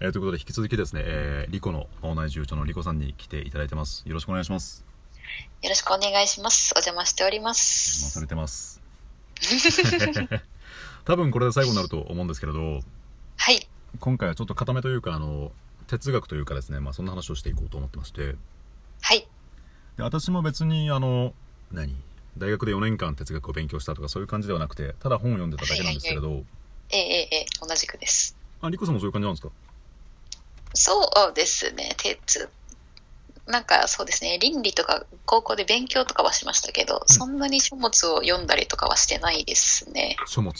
えーということで引き続きですね、えー、リコの青内住所のリコさんに来ていただいてますよろしくお願いしますよろしくお願いします。お邪魔しておりま騙さす。れてます 多分これで最後になると思うんですけれどはい。今回はちょっと固めというかあの哲学というかですね、まあ、そんな話をしていこうと思ってましてはい。で私も別にあの何大学で4年間哲学を勉強したとかそういう感じではなくてただ本を読んでただけなんですけれど、ええええええ同じくです。あリコさんもそういう感じなんですかそうですね。鉄。なんかそうですね。倫理とか高校で勉強とかはしましたけど、うんそんなに書物を読んだりとかはしてないですね。書物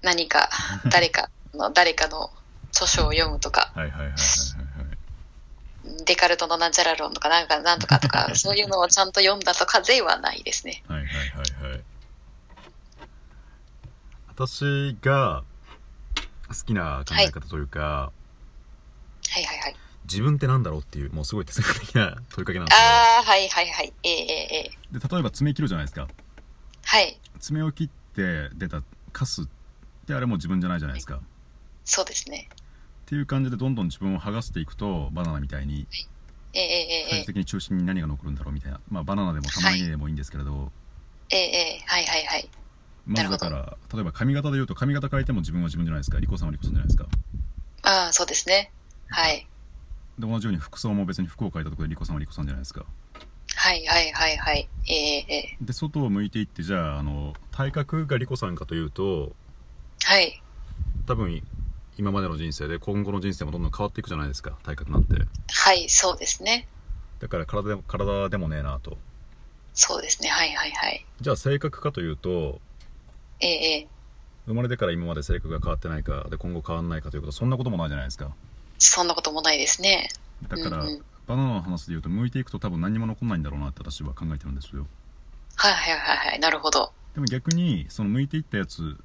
何か、誰かの、誰かの著書を読むとか、はいはいはいはいはいはいデカルトのなんちゃら論とか、なんかなんとかと か、そういうのをちゃんと読んだとかではないですね。はいはいはいはい私が好きな考え方というか、はいはいはい。自分ってなんだろうっていうもうすごい哲学的な問いかけなんですああ、はいはいはい。ええええええけどで例えば爪切るじゃないですかはい。爪を切って出たカスってあれも自分じゃないじゃないですか、そうですね。っていう感じでどんどん自分を剥がしていくとバナナみたいにええええええ最終的に中心に何が残るんだろうみたいな、まあ、バナナでも玉ねぎでもいいんですけれど、ええええはいはいはい。まずだから例えば髪型で言うと髪型変えても自分は自分じゃないですかリコさんはリコさんじゃないですかああ、そうですね。はい。で同じように服装も別に服を変えたところでリコさんはリコさんじゃないですかはいはいはいはい。ええええで外を向いていってじゃああの体格がリコさんかというとはい。多分今までの人生で今後の人生もどんどん変わっていくじゃないですか体格なんてはい、そうですね。だから体でも体でもねえなとそうですね。はいはいはい。じゃあ性格かというとええええ生まれてから今まで性格が変わってないかで今後変わんないかということそんなこともないじゃないですかそんなこともないですね。だから、うんうんバナナの話で言うと向いていくと多分何にも残んないんだろうなって私は考えてるんですよはいはいはいはい。なるほど。でも逆にその向いていったやつ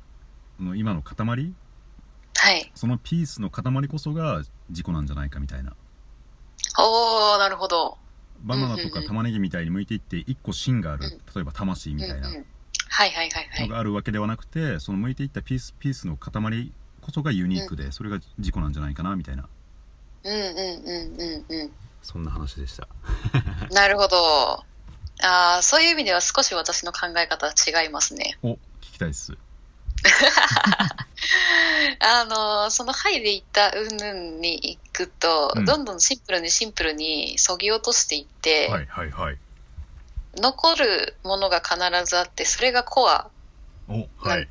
の今の塊はい。そのピースの塊こそが自己なんじゃないかみたいなおー、なるほど。バナナとうんうんかうん玉ねぎみたいに向いていって一個芯があるうん例えば魂みうんう。たいなんはいはいはいはのい。があるわけではなくてその向いていったピースピースの塊こそがユニークでそれが自己なんじゃないかなみたいなうんうんうんうんうん。そんな話でしたなるほど。ああ、そういう意味では少し私の考え方は違いますね。お聞きたいっすあのその「はい」で言ったうんぬんに行くと、うんどんどんシンプルにシンプルにそぎ落としていって、はいはいはい残るものが必ずあってそれがコアおはい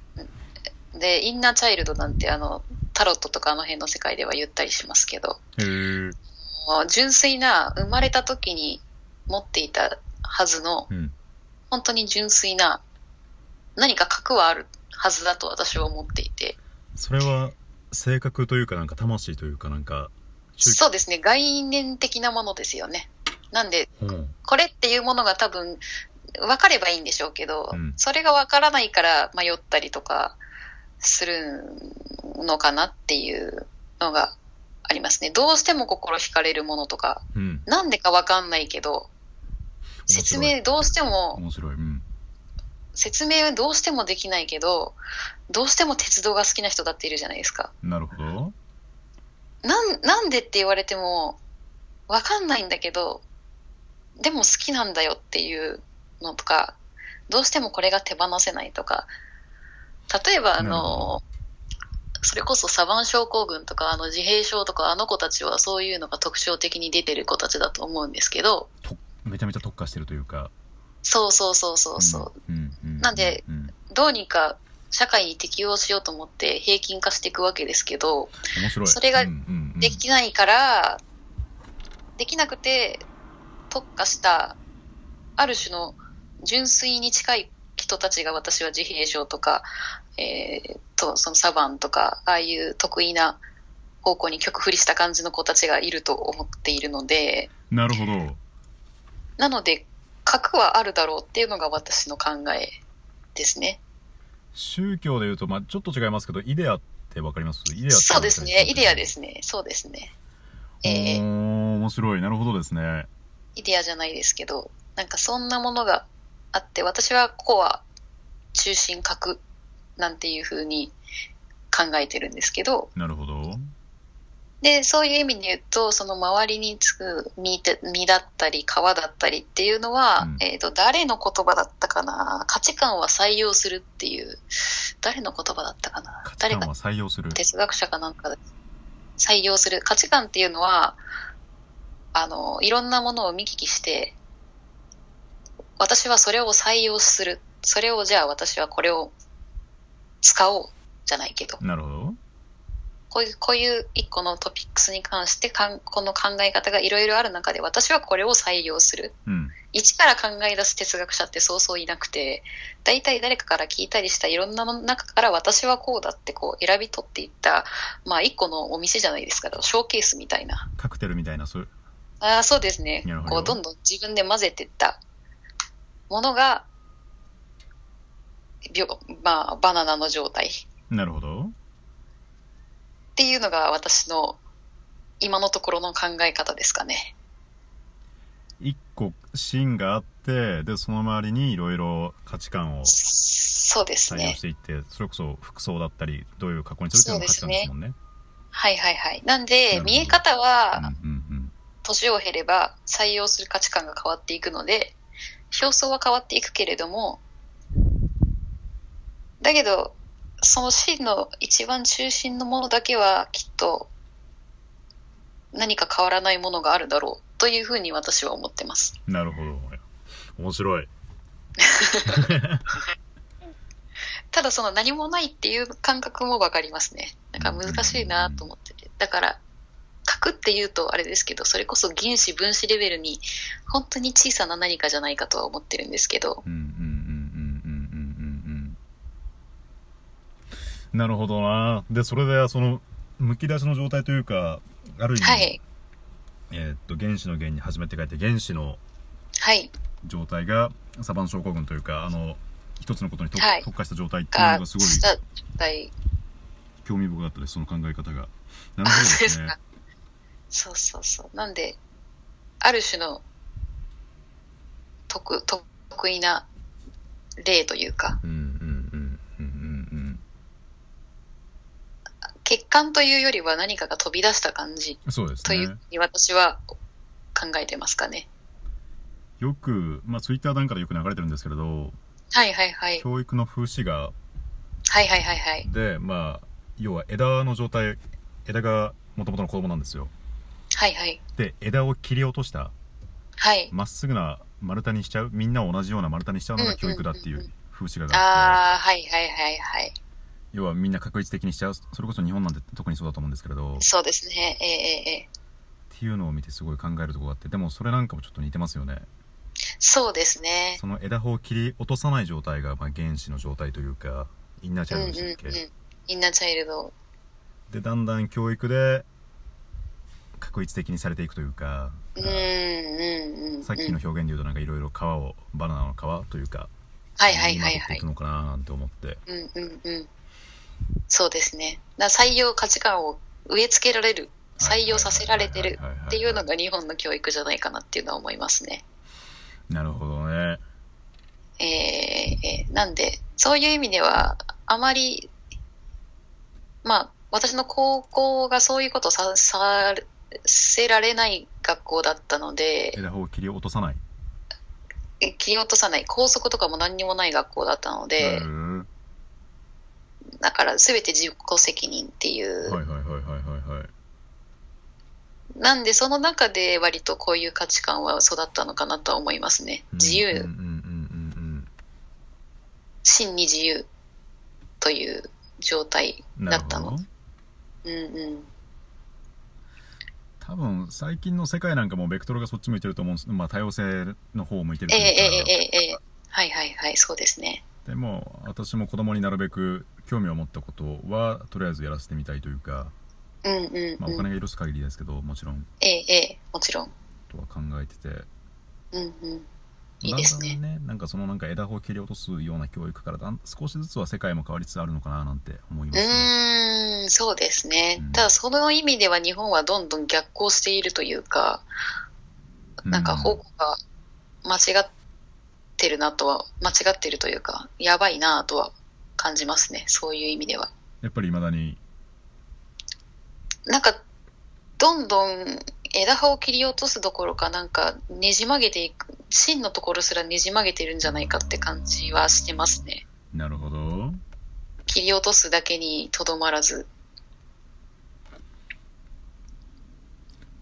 でインナーチャイルドなんてあのタロットとかあの辺の世界では言ったりしますけどへえもう純粋な生まれた時に持っていたはずのうん本当に純粋な何か核はあるはずだと私は思っていてそれは性格というかなんか魂というかなんかそうですね概念的なものですよねなんでうんこれっていうものが多分分かればいいんでしょうけど、うんそれが分からないから迷ったりとかするのかなっていうのがありますねどうしても心惹かれるものとかうんなんでか分かんないけど説面白い明どうしても面白いうん説明どうしてもできないけどどうしても鉄道が好きな人だっているじゃないですかなるほどなんなんでって言われても分かんないんだけどでも好きなんだよっていうのとかどうしてもこれが手放せないとか例えばあなるほのそれこそサバン症候群とかあの自閉症とかあの子たちはそういうのが特徴的に出てる子たちだと思うんですけどめちゃめちゃ特化してるというかそうそうそうそうそう、うんうんなんでうんどうにか社会に適応しようと思って平均化していくわけですけど、面白いそれがうんうんうんできないから、できなくて特化したある種の純粋に近い人たちが私は自閉症とか、えーとそのサバンとかああいう得意な方向に曲振りした感じの子たちがいると思っているのでなるほどなので核はあるだろうっていうのが私の考えですね。宗教でいうと、まあ、ちょっと違いますけどイデアってわかりますイデアってそうですね。イデアですすね。そうですね。おえーー面白いなるほどですねイデアじゃないですけど、なんかそんなものがあって、私はコア、中心核なんていう風に考えてるんですけど、なるほどで、そういう意味で言うと、その周りにつく身て身だったり、皮だったりっていうのは、うんえっ、と、誰の言葉だったかな価値観は採用するっていう、誰の言葉だったかな価値誰観かは採用する。哲学者かなんかで採用する。価値観っていうのは、あの、いろんなものを見聞きして、私はそれを採用する。それをじゃあ私はこれを使おうじゃないけど。なるほど。こういう、こういう一個のトピックスに関してかん、この考え方がいろいろある中で、私はこれを採用する。うん。一から考え出す哲学者ってそうそういなくて、大体誰かから聞いたりしたいろんなの中から私はこうだってこう選び取っていった、まあ一個のお店じゃないですか、ショーケースみたいな。カクテルみたいな、そういう。ああ、そうですねなる。ほどこうどんどん自分で混ぜていったものが、びょまあバナナの状態。なるほど。っていうのが私の今のところの考え方ですかね。一個芯があって、で、その周りにいろいろ価値観をそうです採用ねし。ていって、それこそ服装だったり、どういう格好にするっていうのが価値観ですもんね。はいはいはい。なんなるで、ほど見え方は、うんうん年を経れば採用する価値観が変わっていくので、表層は変わっていくけれども、だけど、その真の一番中心のものだけはきっと何か変わらないものがあるだろうというふうに私は思ってます。うん。なるほど。面白い。ただその何もないっていう感覚もわかりますね。なんか難しいなと思ってて。だから、核って言うとあれですけど、それこそ原子分子レベルに本当に小さな何かじゃないかとは思ってるんですけど、うんうんうんうんうんうんうんうん。なるほどな。で、それで、その、むき出しの状態というか、ある意味、はい、えーっと、原子の原に初めて書いて、原子のはい、状態がサバン症候群というかあの一つのことに特,、はい特化した状態っていうのががすごいした大興味深かったですその考え方がなるほどであそうですすねか。そうそうそう。なんで、ある種の得得得意な例というか、うんうんうんうんうん欠陥というよりは何かが飛び出した感じうんそうですというふねうに私は考えてますかね。よくまあツイッターなんかでよく流れてるんですけれどはいはいはい。教育の風刺画はいはいはいはい。でまあ要は枝の状態枝がもともとの子供なんですよはいはい。で枝を切り落としたはい。まっすぐな丸太にしちゃうみんなを同じような丸太にしちゃうのが教育だっていうんうんううん風刺画があってああ、はいはいはいはい。要はみんな確率的にしちゃうそれこそ日本なんて特にそうだと思うんですけれどそうですね。ええええええっていうのを見てすごい考えるとこがあってでもそれなんかもちょっと似てますよねそうですね。その枝葉を切り落とさない状態が、まあ、原子の状態というかインナーチうャんイルうんうドんでしたっけ、。インナーチャイルド。でだんだん教育で確一的にされていくというか、うんうんうん。さっきの。表現で言うとなんかいろいろ皮をバナナの皮というかはいはいは混いぜはていいく。のかななんて思ってうんうんうん。そうですね。だ採用価値観を植え付けられる、採用させられてるっていうのがが日本の教育じゃないかなっていうのは思いますね。なるほどねええなんで、そういう意味では、あまり、まあ、私の高校がそういうことさ、させられない学校だったので、枝葉を切り落とさないえ切り落とさない、校則とかも何にもない学校だったのでう、んはだから全て自己責任ってい、いうはいはいはいはいはいなんでその中で割とこういう価値観は育ったのかなとは思いますね。自由、うんうんうんうんうん真に自由という状態うんだなるっほたのど。うんうん。多分最近の世界なんかもベクトルがそっち向いてると思うんです、まあ、多様性の方を向いてるえとえいうか、ええええええはいはいはい、そうですね。でも私も子供になるべく興味を持ったことはとりあえずやらせてみたいというか、うんうん、まあ、おうん。金が許す限りですけどもちろんええええもちろん。とは考えててうんうん。いいですだねんだんねなんかそのなんか枝葉を切り落とすような教育からだん少しずつは世界も変わりつつあるのかななんて思いますねうーん、そうですねうん。ただその意味では日本はどんどん逆行しているというか、なんか方向が間違ってるなとは、間違ってるというか、やばいなとは感じますね。そういう意味では。やっぱりいまだになんか、どんどん枝葉を切り落とすどころかなんかねじ曲げていく芯のところすらねじ曲げてるんじゃないかって感じはしてますねなるほど切り落とすだけにとどまらず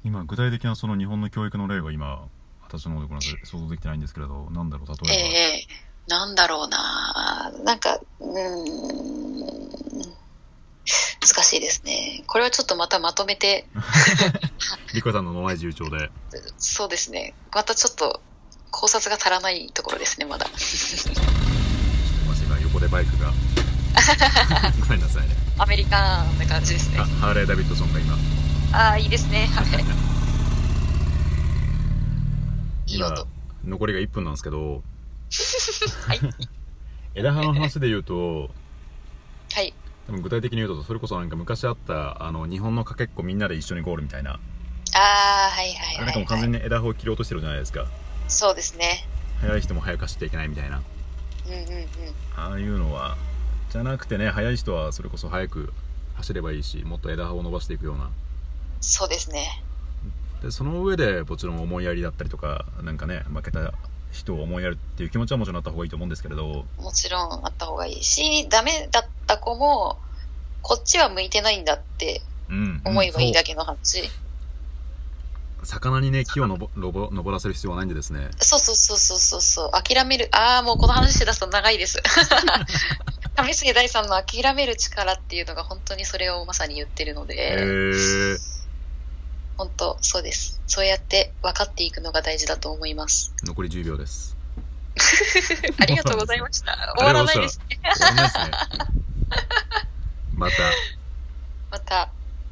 今具体的なその日本の教育の例が今私の方でごめんなさい想像できてないんですけれどなんだろうえ例えば、えなんだろうななんかうーん難しいですねこれはちょっとまたまとめてリコさんの野内重長でそうですねまたちょっと考察が足らないところですねまだまず今横でバイク がごめんなさいねアメリカンな感じですねあハーレー・ダビッドソンが今ああいいですねはいいい音今残りが1分なんですけど はい 枝葉の話で言うとはい多分具体的に言うとそれこそなんか昔あったあの日本のかけっこみんなで一緒にゴールみたいなああはいはいあはれい、なんかもうは完い全に枝葉を切り落としてるじゃないですかそうですね速い人も速く走っていけないみたいなうんうんうんああいうのはじゃなくてね速い人はそれこそ速く走ればいいしもっと枝葉を伸ばしていくようなそうですねでその上でもちろん思いやりだったりとかなんかね負けた人を思いやるっていう気持ちはもちろんあった方がいいと思うんですけれどもちろんあった方がいいしダメだった子もこっちは向いてないんだってうん思えばいいだけけの話、魚にね木をのぼのぼ登らせる必要はないんでですねそうそうそうそうそうそう諦めるああもうこの話し出すと長いです 上杉大さんの諦める力っていうのが本当にそれをまさに言ってるのへで、え本当そうですそうやって分かっていくのが大事だと思います 残り10秒ですありがとうございましたり終がとうわらごなざいいまでしすた終わんないですねまたまた